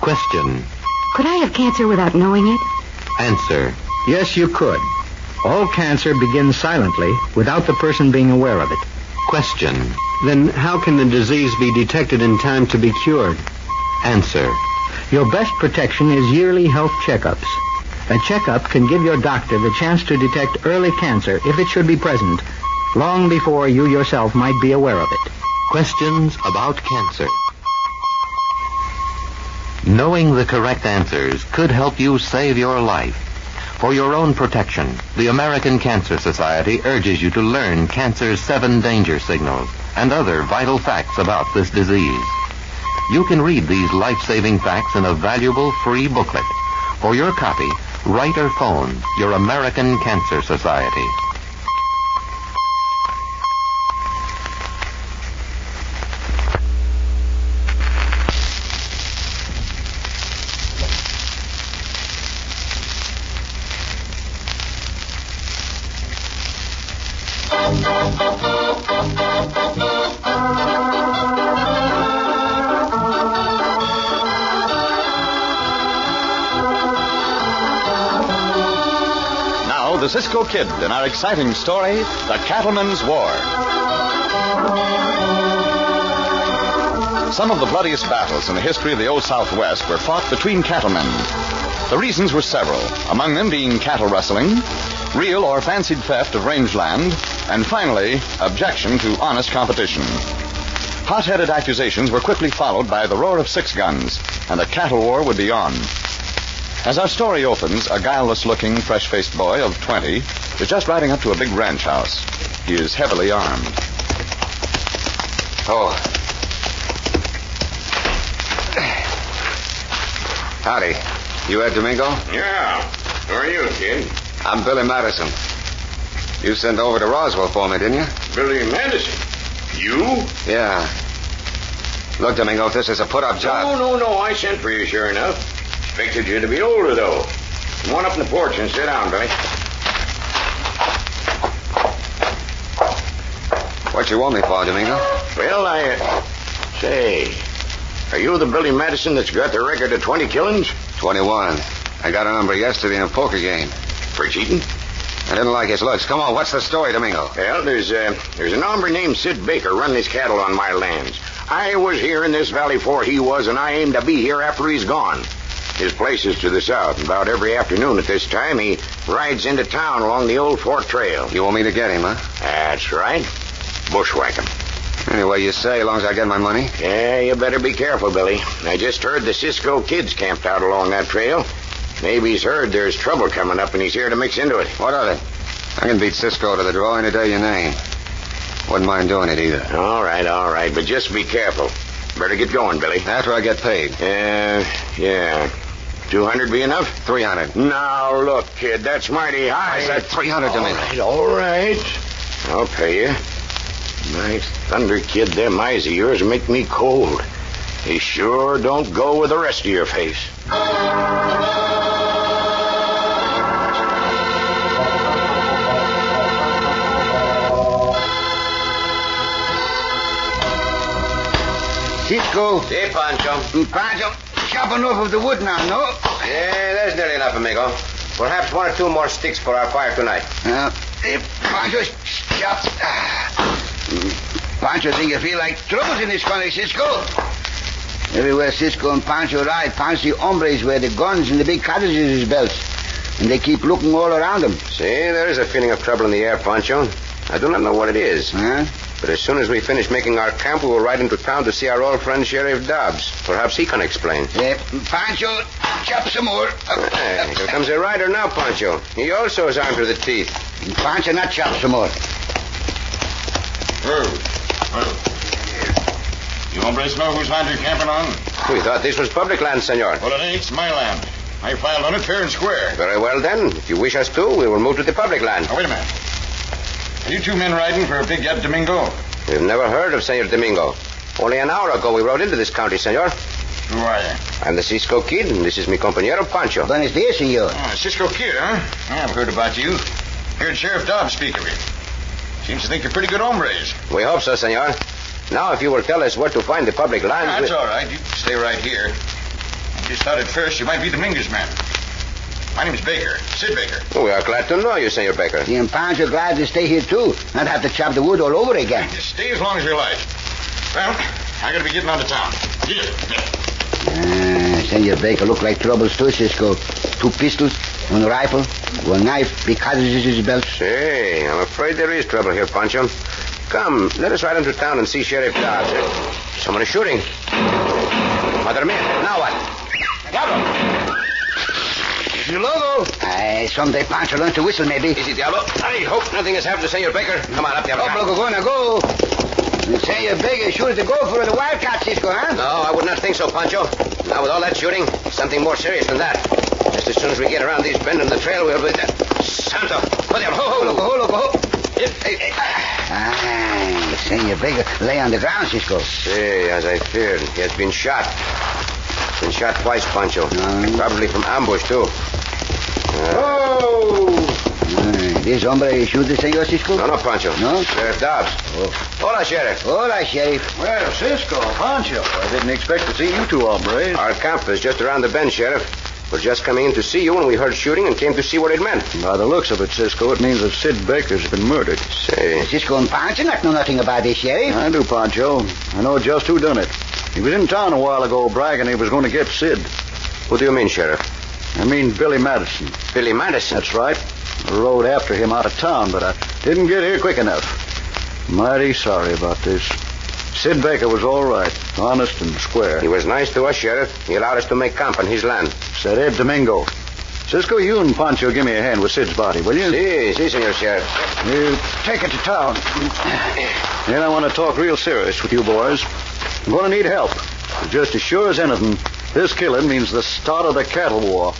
Question. Could I have cancer without knowing it? Answer. Yes, you could. All cancer begins silently without the person being aware of it. Question. Then how can the disease be detected in time to be cured? Answer. Your best protection is yearly health checkups. A checkup can give your doctor the chance to detect early cancer if it should be present, long before you yourself might be aware of it. Questions about cancer. Knowing the correct answers could help you save your life. For your own protection, the American Cancer Society urges you to learn cancer's seven danger signals and other vital facts about this disease. You can read these life-saving facts in a valuable free booklet. For your copy, write or phone your American Cancer Society. Now, the Cisco Kid in our exciting story, The Cattleman's War. Some of the bloodiest battles in the history of the Old Southwest were fought between cattlemen. The reasons were several, among them being cattle rustling, real or fancied theft of rangeland, and finally, objection to honest competition. Hot headed accusations were quickly followed by the roar of six guns, and the cattle war would be on. As our story opens, a guileless looking, fresh faced boy of 20 is just riding up to a big ranch house. He is heavily armed. Oh. Howdy. You Ed Domingo? Yeah. Who are you, kid? I'm Billy Madison. You sent over to Roswell for me, didn't you? Billy Madison. You? Yeah. Look, Domingo, if this is a put up No, job. no, no. I sent for you, sure enough. Expected you to be older, though. Come on up on the porch and sit down, Billy. What you want me for, Domingo? Well, I. Uh, say, are you the Billy Madison that's got the record of 20 killings? 21. I got a number yesterday in a poker game. For cheating? I didn't like his looks. Come on, what's the story, Domingo? Well, there's uh, there's an hombre named Sid Baker running his cattle on my lands. I was here in this valley before he was, and I aim to be here after he's gone. His place is to the south. and About every afternoon at this time, he rides into town along the old fort trail. You want me to get him, huh? That's right. Bushwhack him. Anyway, you say, as long as I get my money. Yeah, you better be careful, Billy. I just heard the Cisco kids camped out along that trail. Maybe he's heard there's trouble coming up, and he's here to mix into it. What of it? I can beat Cisco to the draw any day you name. Wouldn't mind doing it either. All right, all right, but just be careful. Better get going, Billy. After I get paid. Uh, yeah. 200 be enough? 300. Now, look, kid, that's mighty high. I said 300 to All me. right, all right. I'll pay you. My thunder, kid, them eyes of yours make me cold. They sure don't go with the rest of your face. Cisco. Mm, Hey, Pancho. Pancho, chop enough of the wood now, no? Yeah, that's nearly enough, amigo. Perhaps one or two more sticks for our fire tonight. Uh, Yeah. Pancho, chop. Pancho, think you feel like troubles in this country, Cisco? Everywhere Cisco and Pancho ride, Pancho hombres wear the guns and the big cartridges in his belts. And they keep looking all around them. See, there is a feeling of trouble in the air, Pancho. I do not know what it is. Huh? But as soon as we finish making our camp, we will ride into town to see our old friend Sheriff Dobbs. Perhaps he can explain. Yeah, Uh, Pancho, chop some more. Uh, Hey, here comes a rider now, Pancho. He also is armed to the teeth. Pancho, not chop some more. You hombres know whose land you're camping on? We thought this was public land, senor. Well, it ain't. It's my land. I filed on it fair and square. Very well, then. If you wish us to, we will move to the public land. Now, wait a minute. Are you two men riding for a big yet Domingo? We've never heard of Senor Domingo. Only an hour ago we rode into this county, senor. Who are you? I'm the Cisco Kid, and this is mi compañero Pancho. Buenos dias, senor. Oh, Cisco Kid, huh? I've heard about you. Heard Sheriff Dobbs speak of you. Seems to think you're pretty good hombres. We hope so, senor. Now, if you will tell us where to find the public land. That's we- all right. You stay right here. I she started first, she might be the Mingus man. My name's Baker, Sid Baker. We are glad to know you, Senor Baker. The impounds are glad to stay here, too. Not have to chop the wood all over again. Just stay as long as you like. Well, I gotta be getting out of town. Here. Ah, Senor Baker look like troubles, too, Cisco. Two pistols, one rifle, one knife, big cartridges in his belt. Say, I'm afraid there is trouble here, Pancho. Come, let us ride into town and see Sheriff Dodge. Someone is shooting. Mother mia, now what? Diablo! Logo! Ah, someday Pancho learns to whistle, maybe. Easy, Diablo. I hope nothing has happened to Senor Baker. Oh, Come on up, Diablo. Up, loco, gonna go. You say you're big and sure as the gopher or the wildcat, Cisco, huh? No, I would not think so, Pancho. Now, with all that shooting, something more serious than that. Just as soon as we get around these bend in the trail, we'll be there. Santo! Put him. Ho, ho, loco, ho, loco, ho. Hey, hey, ah. Ah, Senor Baker lay on the ground, Cisco. See, as I feared, he has been shot. Been shot twice, Pancho. Mm. Probably from ambush, too. Uh, Oh! this hombre shoot the Senor Cisco? No, no, Pancho. No? Sheriff Dobbs. Hola, Sheriff. Hola, Sheriff. Well, Cisco, Pancho, I didn't expect to see you two hombres. Our camp is just around the bend, Sheriff. We're just coming in to see you when we heard shooting and came to see what it meant. By the looks of it, Cisco, it means that Sid Baker's been murdered. Say, Cisco and Pancho not know nothing about this, Sheriff. I do, Pancho. I know just who done it. He was in town a while ago bragging he was going to get Sid. what do you mean, Sheriff? I mean Billy Madison. Billy Madison. That's right. I rode after him out of town, but I didn't get here quick enough. Mighty sorry about this. Sid Baker was all right, honest and square. He was nice to us, Sheriff. He allowed us to make camp on his land. Said Ed Domingo. Cisco, you and Pancho give me a hand with Sid's body, will you? Si, si, senor Sheriff. You take it to town. Then I want to talk real serious with you boys. I'm going to need help. Just as sure as anything, this killing means the start of the cattle war.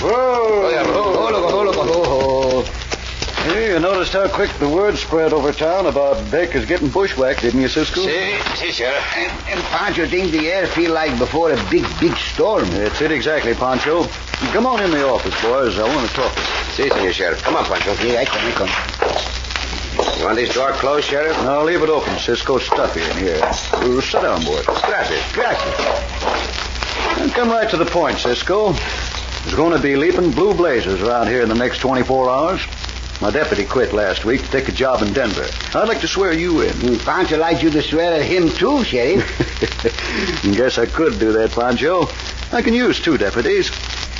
Oh, yeah. Oh, loco, oh, loco, ho, ho. Hey, you noticed how quick the word spread over town about Baker's getting bushwhacked, didn't you, Cisco? Si, si, Sheriff. And, and Pancho think the air feel like before a big, big storm. That's it exactly, Pancho. Come on in the office, boys. I want to talk to you. Si, senor Sheriff. Come on, Pancho. Here, I come, I come. You want this door closed, Sheriff? Now leave it open, Cisco. Stuffy in here. Uh, sit down, boy. Gracias. Gracias. And come right to the point, Cisco. There's going to be leaping blue blazes around here in the next 24 hours. My deputy quit last week to take a job in Denver. I'd like to swear you in. And Pancho like Hmm, you to swear at him, too, Sheriff. Guess I could do that, Pancho. I can use two deputies.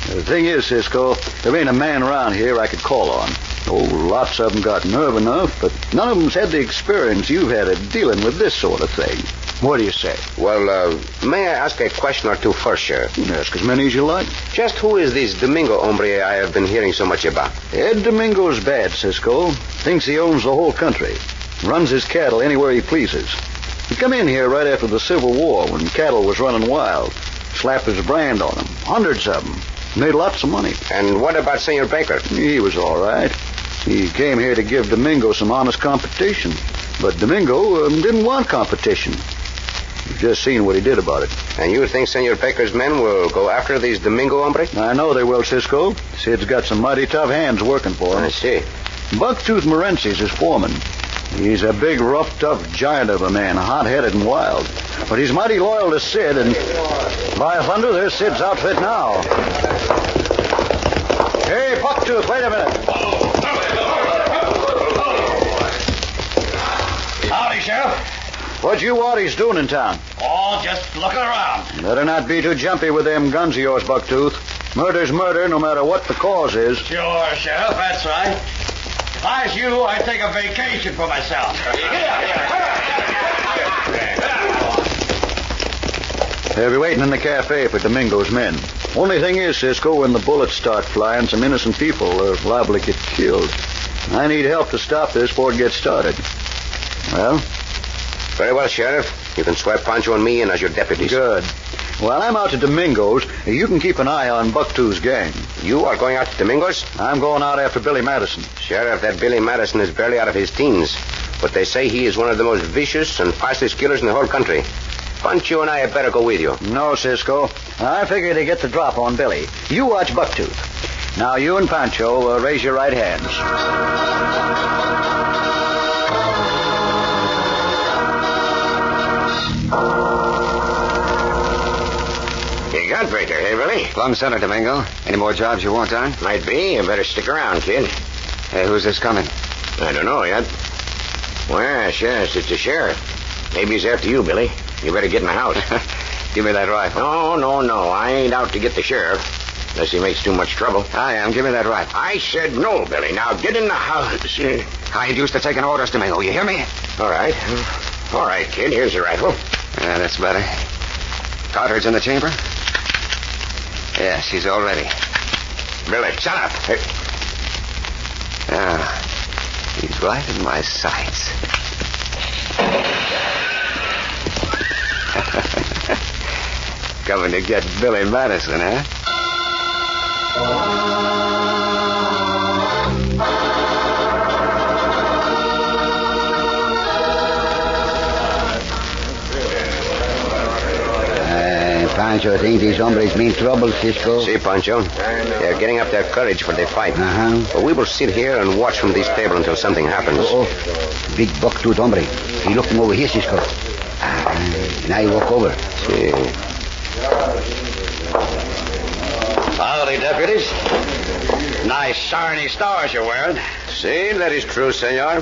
The thing is, Cisco, there ain't a man around here I could call on. Oh, lots of 'em got nerve enough, but none of 'em's had the experience you've had at dealing with this sort of thing. What do you say? Well, uh, may I ask a question or two first, Sheriff? You can ask as many as you like. Just who is this Domingo hombre I have been hearing so much about? Ed Domingo's bad, Cisco. Thinks he owns the whole country. Runs his cattle anywhere he pleases. He come in here right after the Civil War when cattle was running wild. Slapped his brand on 'em, Hundreds of 'em. Made lots of money. And what about Senor Baker? He was all right. He came here to give Domingo some honest competition. But Domingo um, didn't want competition. You've just seen what he did about it. And you think Senor Baker's men will go after these Domingo hombres? I know they will, Cisco. Sid's got some mighty tough hands working for him. I see. Bucktooth Morency's his foreman. He's a big, rough, tough giant of a man, hot-headed and wild. But he's mighty loyal to Sid, and by thunder, there's Sid's outfit now. Hey, Bucktooth, wait a minute. Howdy, Sheriff. What you want he's doing in town? Oh, just looking around. Better not be too jumpy with them guns of yours, Bucktooth. Murder's murder, no matter what the cause is. Sure, Sheriff, that's right. If I was you, I'd take a vacation for myself. They'll be waiting in the cafe for Domingo's men. Only thing is, Cisco, when the bullets start flying, some innocent people are liable to get killed. I need help to stop this before it gets started. Well, Very well, Sheriff. You can swear Pancho and me in as your deputies. good. While I'm out to Domingo's, you can keep an eye on Bucktooth's gang. You are going out to Domingo's? I'm going out after Billy Madison. Sheriff, that Billy Madison is barely out of his teens. But they say he is one of the most vicious and fastest killers in the whole country. Pancho and I had better go with you. No, Cisco. I figure to get the drop on Billy. You watch Bucktooth. Now, you and Pancho, uh, raise your right hands. You got Baker, hey, Billy? Plum Center, Domingo. Any more jobs you want on? Might be. You better stick around, kid. Hey, who's this coming? I don't know yet. Well, yes, it's the sheriff. Maybe he's after you, Billy. You better get in the house. Give me that rifle. No, no, no. I ain't out to get the sheriff. Unless he makes too much trouble. I am. Ah, Give me that rifle. I said no, Billy. Now get in the house. I ain't used to taking orders, Domingo. You hear me? All right. All right, kid. Here's the rifle. Yeah, that's better. Cartridge in the chamber? Yes, he's all ready. Billy, shut up. Hey. Ah, he's right in my sights. Coming to get Billy Madison, huh? Uh, Uh, Pancho thinks these hombres mean trouble, Cisco. See, Pancho, they're getting up their courage for the fight. Uh-huh. But we will sit here and watch from this table until something happens. Oh, big buck-toothed hombre. He looked him over here, Cisco. Uh, now you walk over. See. Howdy, deputies. Nice shiny stars you're wearing. See, that is true, senor.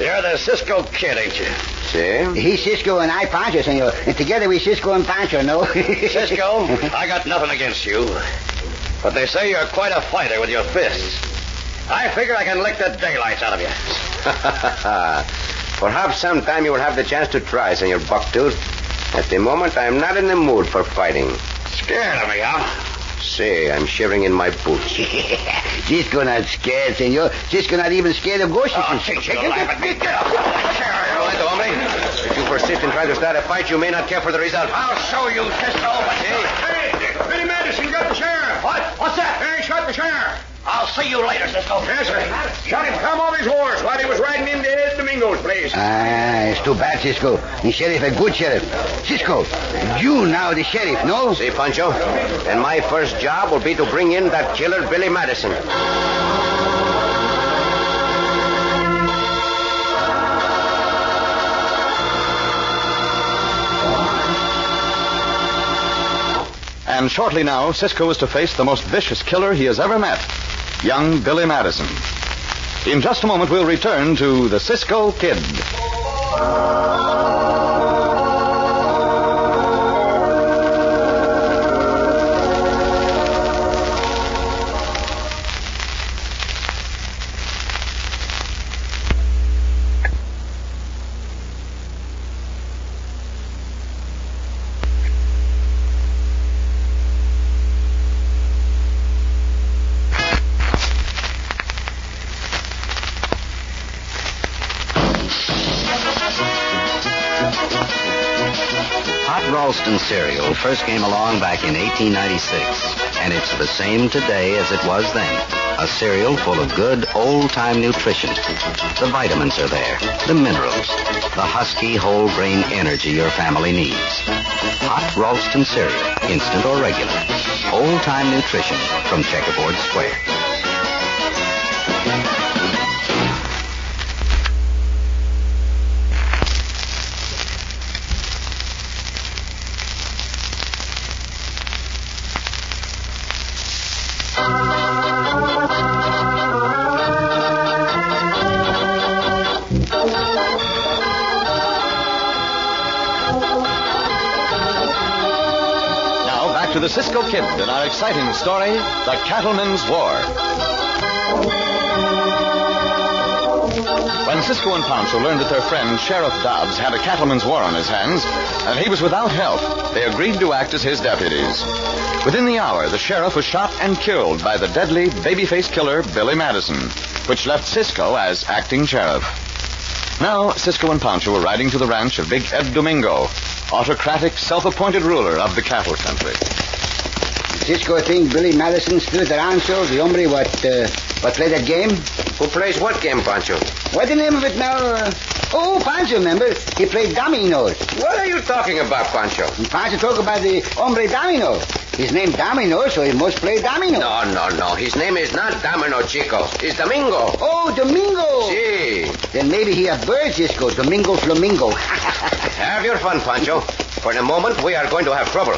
You're the Cisco kid, ain't you? See? He's Cisco and I Pancho, senor. And together we Cisco and Pancho, no? Cisco, I got nothing against you. But they say you're quite a fighter with your fists. I figure I can lick the daylights out of you. Perhaps sometime you will have the chance to try, senor Bucktooth. At the moment, I am not in the mood for fighting. Scared of me, huh? See, I'm shivering in my boots. Cisco not scared, senor. Cisco not even scared of ghosts. Oh, shake your life at me. Get up. Carry on. If you persist in trying to start a fight, you may not care for the result. I'll show you, Cisco. Hey, Billy Madison got the sheriff. What? What's that? Hey, shot the sheriff. I'll see you later, Cisco. Yes, sir. Shot him come off his horse while he was riding into Ed Domingo's place. Ah, it's too bad, Cisco. The sheriff, a good sheriff. Cisco, you now the sheriff, no? See, Pancho? And my first job will be to bring in that killer, Billy Madison. And shortly now, Cisco is to face the most vicious killer he has ever met, young Billy Madison. In just a moment, we'll return to the Cisco Kid. Hot Ralston cereal first came along back in 1896, and it's the same today as it was then. A cereal full of good old-time nutrition. The vitamins are there, the minerals, the husky whole grain energy your family needs. Hot Ralston cereal, instant or regular. Old-time nutrition from Checkerboard Square. Now, back to the Cisco Kid and our exciting story The Cattlemen's War. When Cisco and Pancho learned that their friend Sheriff Dobbs had a cattleman's war on his hands, and he was without help, they agreed to act as his deputies. Within the hour, the sheriff was shot and killed by the deadly baby-faced killer Billy Madison, which left Cisco as acting sheriff. Now, Cisco and Pancho were riding to the ranch of Big Ed Domingo, autocratic, self-appointed ruler of the cattle country. Cisco think Billy Madison still the rancho, the hombre what, uh, what played that game? Who plays what game, Pancho? What the name of it now? Uh, oh, Pancho, remember? He played dominoes. What are you talking about, Pancho? And Pancho talk about the hombre domino. His name Domino, so he must play Domino. No, no, no. His name is not Domino, Chico. It's Domingo. Oh, Domingo! See. Then maybe he a bird, Cisco. Domingo Flamingo. Have your fun, Pancho. For the moment, we are going to have trouble.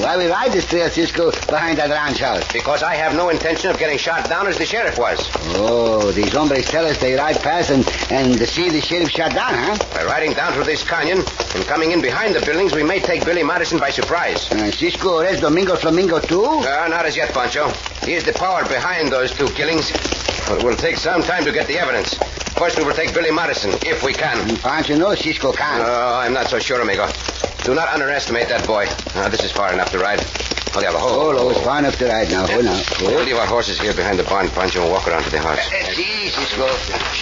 Why will I distrail Cisco behind that ranch house? Because I have no intention of getting shot down as the sheriff was. Oh, these hombres tell us they ride past and, and see the sheriff shot down, huh? By riding down through this canyon and coming in behind the buildings, we may take Billy Madison by surprise. Uh, Cisco arrest Domingo Flamingo, too? Uh, not as yet, Pancho. He is the power behind those two killings. It will take some time to get the evidence. First, we will take Billy Madison, if we can. Mm, Pancho knows Cisco can't. Oh, I'm not so sure, amigo. Do not underestimate that boy. Now, this is far enough to ride. Oh, yeah, the whole... Polo is far enough to ride now. Hold Eh, on. We will leave our horses here behind the barn, Pancho, and walk around to the house. See, Cisco.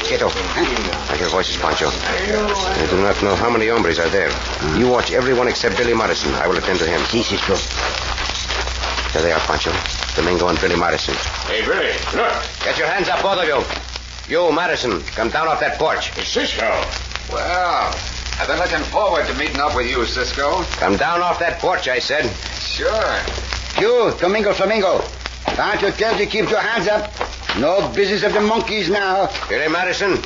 Quieto. I hear voices, Pancho. I do not know how many hombres are there. You watch everyone except Billy Madison. I will attend to him. See, Cisco. There they are, Pancho. Domingo and Billy Madison. Hey, Billy, look. Get your hands up, both of you. You, Madison, come down off that porch. It's Cisco. Well, I've been looking forward to meeting up with you, Cisco. Come down off that porch, I said. Sure. You, Domingo Flamingo. Pancho tells you keep your hands up. No business of the monkeys now. Billy Madison,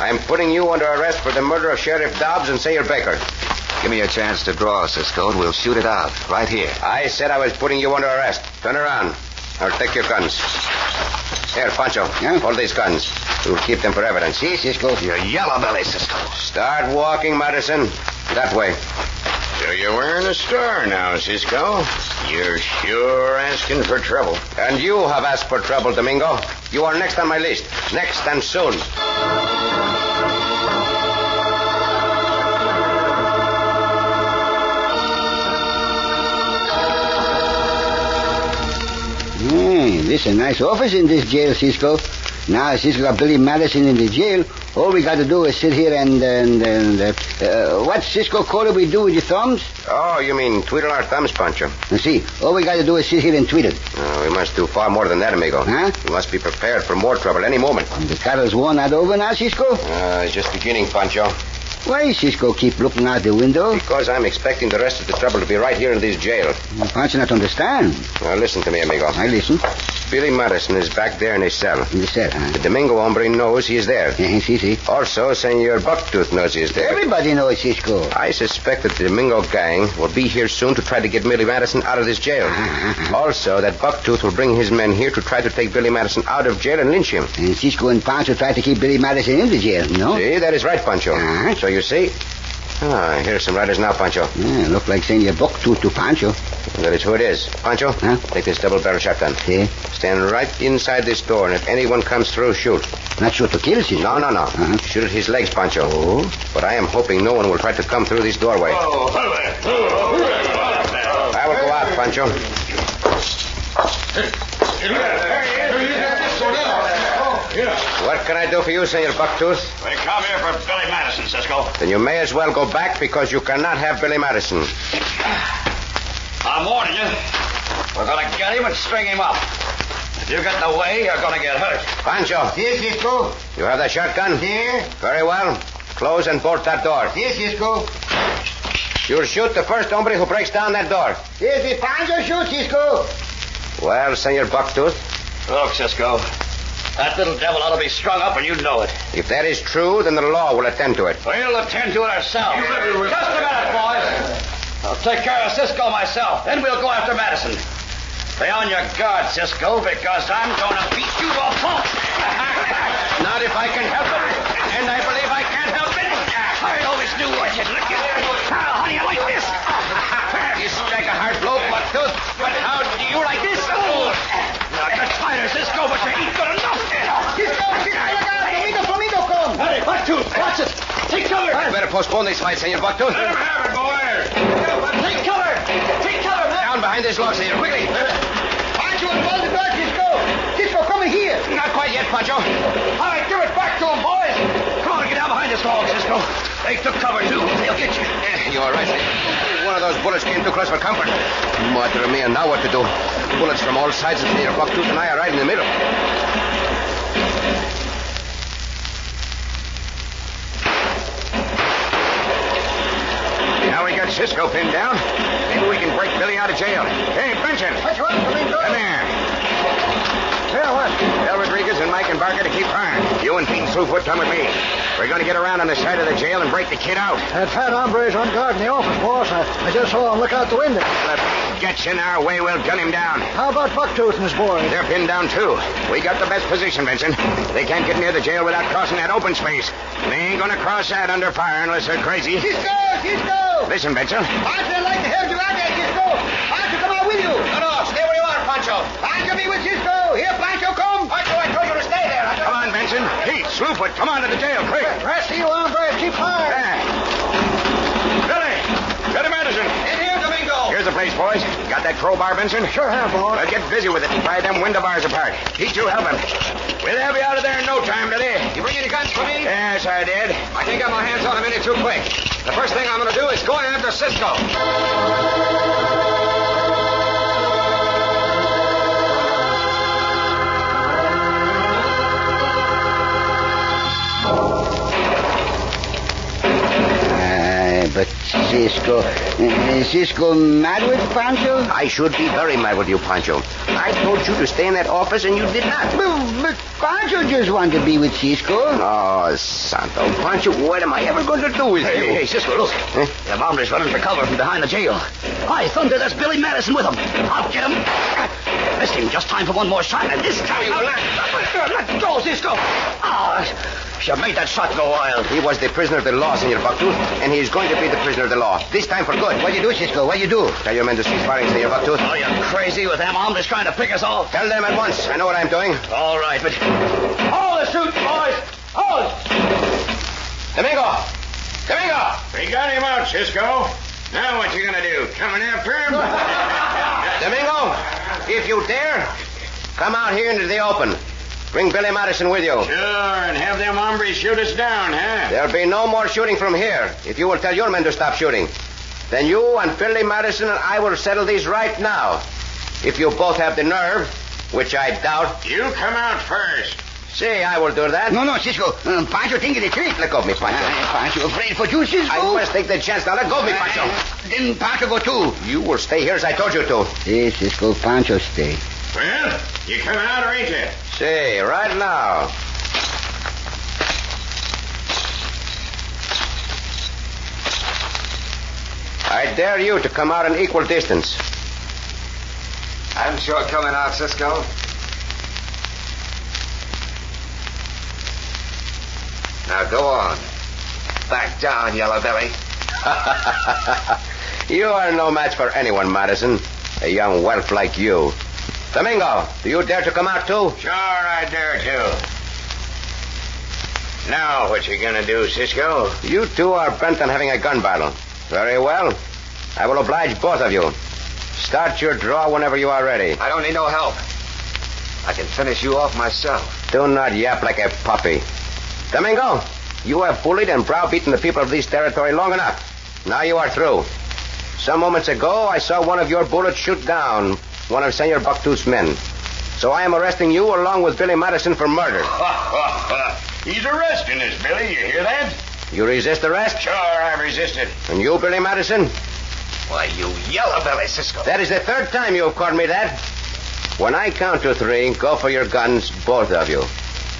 I'm putting you under arrest for the murder of Sheriff Dobbs and Sayer Baker. Give me a chance to draw, Cisco, and we'll shoot it out right here. I said I was putting you under arrest. Turn around. Or take your guns. Here, Pancho. Yeah? Hold these guns. We'll keep them for evidence. See, Cisco. You're yellow belly, Cisco. Start walking, Madison. That way. So you're wearing a star now, Cisco. You're sure asking for trouble. And you have asked for trouble, Domingo. You are next on my list. Next and soon. Hmm, this is a nice office in this jail, Cisco. Now, since we got Billy Madison in the jail, all we got to do is sit here and and, and uh, uh, what Cisco Corder we do with your thumbs? Oh, you mean twiddle our thumbs, Pancho? You see, all we got to do is sit here and tweet it. No, Oh, we must do far more than that, amigo. Huh? We must be prepared for more trouble any moment. And the cattle's worn out over now, Cisco. Uh, it's just beginning, Pancho. Why Cisco keep looking out the window? Because I'm expecting the rest of the trouble to be right here in this jail. Well, Pancho not understand. Now listen to me, amigo. I listen. Billy Madison is back there in his cell. You said, huh? The Domingo hombre knows he is there. Yeah, see, see. Also, Senor Bucktooth knows he is there. Everybody knows Cisco. I suspect that the Domingo gang will be here soon to try to get Billy Madison out of this jail. also, that Bucktooth will bring his men here to try to take Billy Madison out of jail and lynch him. And Cisco and Pancho try to keep Billy Madison in the jail, no? See, that is right, Pancho. Uh-huh. So you see. Ah, here's some riders now, Pancho. Yeah, look like Senor Bucktooth to Pancho. That is who it is. Pancho, Huh? take this double barrel shotgun. Okay. Stand right inside this door, and if anyone comes through, shoot. Not sure to kill Cisco. No, no, no. Uh-huh. Oh. Shoot at his legs, Pancho. But I am hoping no one will try to come through this doorway. Oh, hello there. Oh, hello there. I will go out, Pancho. Yeah. What can I do for you, Senor Bucktooth? They come here for Billy Madison, Cisco. Then you may as well go back because you cannot have Billy Madison. I'm warning you. We're going to get him and string him up. If you get in the way, you're going to get hurt. Pancho, Here, Cisco. you have the shotgun? Here. Very well. Close and bolt that door. Here, Cisco. You'll shoot the first hombre who breaks down that door. Here's the Pancho shoot, Cisco. Well, Senor Bucktooth, Look, Cisco. That little devil ought to be strung up, and you know it. if that is true, then the law will attend to it. We'll attend to it ourselves. Just a minute, boys. I'll take care of Cisco myself. Then we'll go after Madison. Stay on your guard, Cisco, because I'm going to beat you to a pulp. Not if I can help it. And I believe I can help it. I always knew I should look at you. How do you like this? you strike a hard blow, but, but how do you like this? Oh. Now get tighter, Cisco, but you ain't good enough. Cisco, Flamingo, Flamingo, come. Hey, watch you. Watch it. Take cover. You better postpone this fight, Senor Bucktooth. Let him have it, boys. Take cover. Take cover, man. Down behind this log, Senor, quickly. Pancho and Baldy back, Cisco. Cisco, come in here. Not quite yet, Pancho. All right, give it back to him, boys. Come on, get down behind this log, Cisco. They took cover, too. They'll get you. Eh, You are right, Senor. One of those bullets came too close for comfort. Madre mia, now what to do? Bullets from all sides, and Senor Bucktooth and I are right in the middle. Now we got Cisco pinned down. Maybe we can break Billy out of jail. Hey, Benson. What's wrong, Domingo? Come here. Tell what? Tell Rodriguez and Mike and Barker to keep firing. You and Pete and Slewfoot come with me. We're going to get around on the side of the jail and break the kid out. That fat hombre's on guard in the office, boss. I, I just saw him look out the window. Gets in our way, we'll gun him down. How about Bucktooth and his boys? They're pinned down, too. We got the best position, Benson. They can't get near the jail without crossing that open space. They ain't going to cross that under fire unless they're crazy. Cisco! Cisco! Listen, Benson. Pancho, I'd like to help you out there, Cisco. Pancho, come on with you. No, no, stay where you are, Pancho. Pancho, be with Cisco. Here, Pancho, come. Pancho, I told you to stay there. Come on, Benson. Pete, Slewfoot, come on to the jail, quick. Rest of you hombres, keep firing. Billy, get him, Anderson. In here, Domingo. Here's the place, boys. Got that crowbar, Benson? Sure have, boss. Well, get busy with it and pry them window bars apart. Pete, you help him. We'll have you out of there in no time today. You bring any guns for me? Yes, I did. I can't get my hands on him any too quick. The first thing I'm going to do is go after Cisco. Ah, Uh, but Cisco, uh, Cisco mad with Pancho? I should be very mad with you, Pancho. I told you to stay in that office, and you did not. But, but Pancho just want to be with Cisco. Oh, Santo Pancho, what am I ever going to do with Hey, you? hey, Cisco, look. The bomber's running for cover from behind the jail. Hi, Thunder, that's Billy Madison with him. I'll get him. Missed him just time for one more shot, and this time... You let go, Cisco. Ah, you made that shot go wild. He was the prisoner of the law, Senor Bucktooth, and he is going to be the prisoner of the law. This time for good. What do you do, Cisco? What do you do? Tell your men to cease firing, Senor Bucktooth. Are you crazy with them arms trying to pick us off? Tell them at once. I know what I'm doing. All right, but... Hold the shoot, boys! Hold! Domingo! Domingo! We got him out, Cisco. Now what you gonna do? Coming after him? Domingo, if you dare, come out here into the open. Bring Billy Madison with you. sure, and have them hombres shoot us down, huh? There'll be no more shooting from here if you will tell your men to stop shooting. Then you and Billy Madison and I will settle these right now. If you both have the nerve, which I doubt. You come out first. Say, I will do that. No, no, Cisco. Um, Pancho think it's a trick. Let go of me, Pancho. Ah, Pancho afraid for you, Cisco? I must take the chance. Now let go of me, Pancho. Then Pancho go too. You will stay here as I told you to. Yes, Cisco, Pancho stay. Well, you come out or ain't you? Say, right now. I dare you to come out an equal distance. I'm sure coming out, Cisco. Now go on. Back down, Yellow Belly. you are no match for anyone, Madison. A young whelp like you. Domingo, do you dare to come out too? Sure, I dare to. Now what you gonna do, Cisco? You two are bent on having a gun battle. Very well. I will oblige both of you. Start your draw whenever you are ready. I don't need no help. I can finish you off myself. Do not yap like a puppy. Domingo, you have bullied and browbeaten the people of this territory long enough. Now you are through. Some moments ago, I saw one of your bullets shoot down one of Senor Bucktooth's men. So I am arresting you along with Billy Madison for murder. He's arresting us, Billy. You hear that? You resist arrest? Sure, I resisted. And you, Billy Madison? Why, you Yellow Belly, Cisco. That is the third time you have called me that. When I count to three, go for your guns, both of you.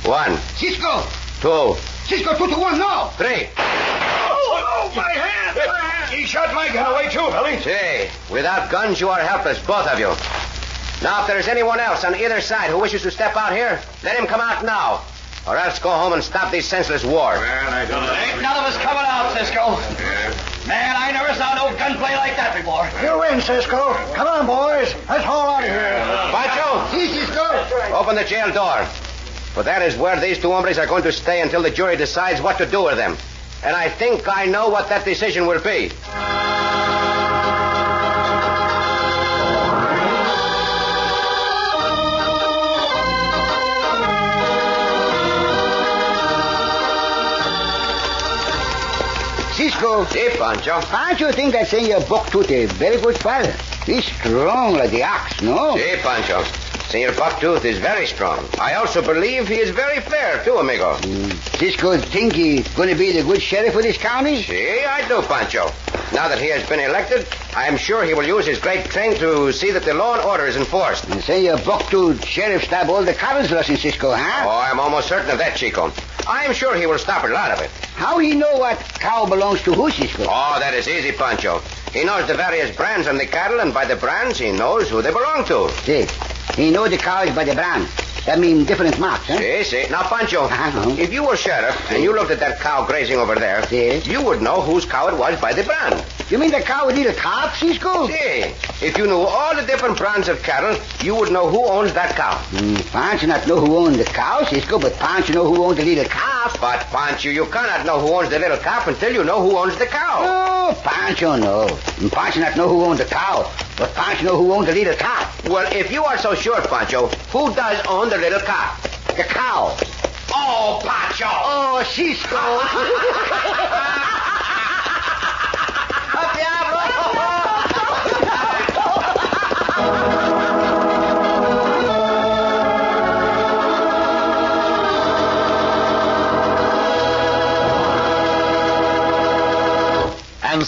One, Cisco! two, Cisco, two to one now! three. Oh, my hand! He shot my gun away, too, Billy. Say, without guns, you are helpless, both of you. Now, if there is anyone else on either side who wishes to step out here, let him come out now, or else go home and stop this senseless war. Well, I don't Ain't none of us coming out, Cisco. Man, I never saw no gunplay like that before. You win, Cisco. Come on, boys. Let's haul out of here. Pancho, Si, Cisco. open the jail door. For that is where these two hombres are going to stay until the jury decides what to do with them. And I think I know what that decision will be. Cisco. Say, Pancho. Pancho think that Oh. Senor Bucktooth a very good father. He's strong like the ox, no? Say, Pancho. Senor Bucktooth is very strong. I also believe he is very fair, too, amigo. Cisco think he gonna be the good sheriff of this county? See, I do, Pancho. Now that he has been elected, I am sure he will use his great strength to see that the law and order is enforced. And say your Bucktooth sheriff stab all the cousins lost in Cisco, huh? Oh, I'm almost certain of that, Chico. I am sure he will stop a lot of it. Oh. How he know what cow belongs to who, Cisco? Oh, that is easy, Pancho. He knows the various brands on the cattle, and by the brands, he knows who they belong to. See, he know the cows by the brand. That mean different marks, huh? See, see. Now, Pancho, Uh-huh. if you were sheriff and you looked at that cow grazing over there, Yes. you would know whose cow it was by the brand. You mean the cow with little calf, Cisco? See, if you knew all the different brands of cattle, you would know who owns that cow. Mm, Pancho not know who owned the cow, Cisco, but Pancho know who owned the little calf. But, Pancho, you cannot know who owns the little calf until you know who owns the cow. Oh, Pancho know. And Pancho not know who owned the cow, but Pancho know who owned the little calf. Well, if you are so sure, Pancho, who does own the little calf? The cow. Oh, Pancho! Oh, Cisco. And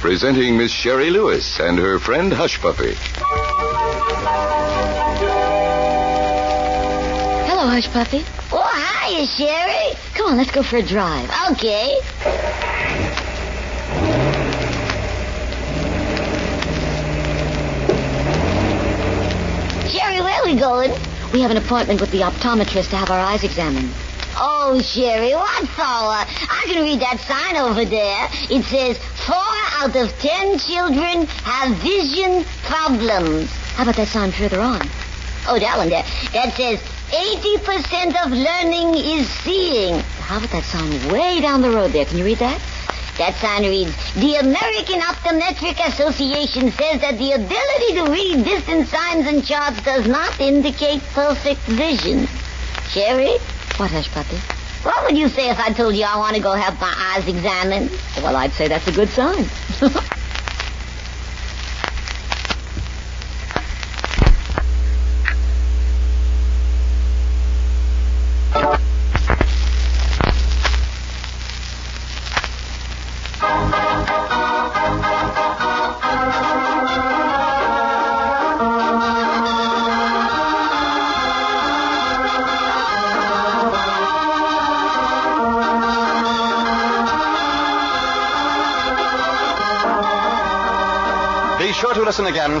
Presenting Miss Sherry Lewis and her friend Hush Puppy. Hello, Hush Puppy. Oh, hiya, Sherry. Come on, let's go for a drive. Okay. Sherry, where are we going? We have an appointment with the optometrist to have our eyes examined. Oh, Sherry, what for? I can read that sign over there. It says, four out of ten children have vision problems. How about that sign further on? Oh, that one there. That says, 80% of learning is seeing. How about that sign way down the road there? Can you read that? That sign reads, The American Optometric Association says that the ability to read distance signs and charts does not indicate perfect vision. Sherry, What, Hush Puppy? what would you say if I told you I want to go have my eyes examined? Well, I'd say that's a good sign. Be sure to listen again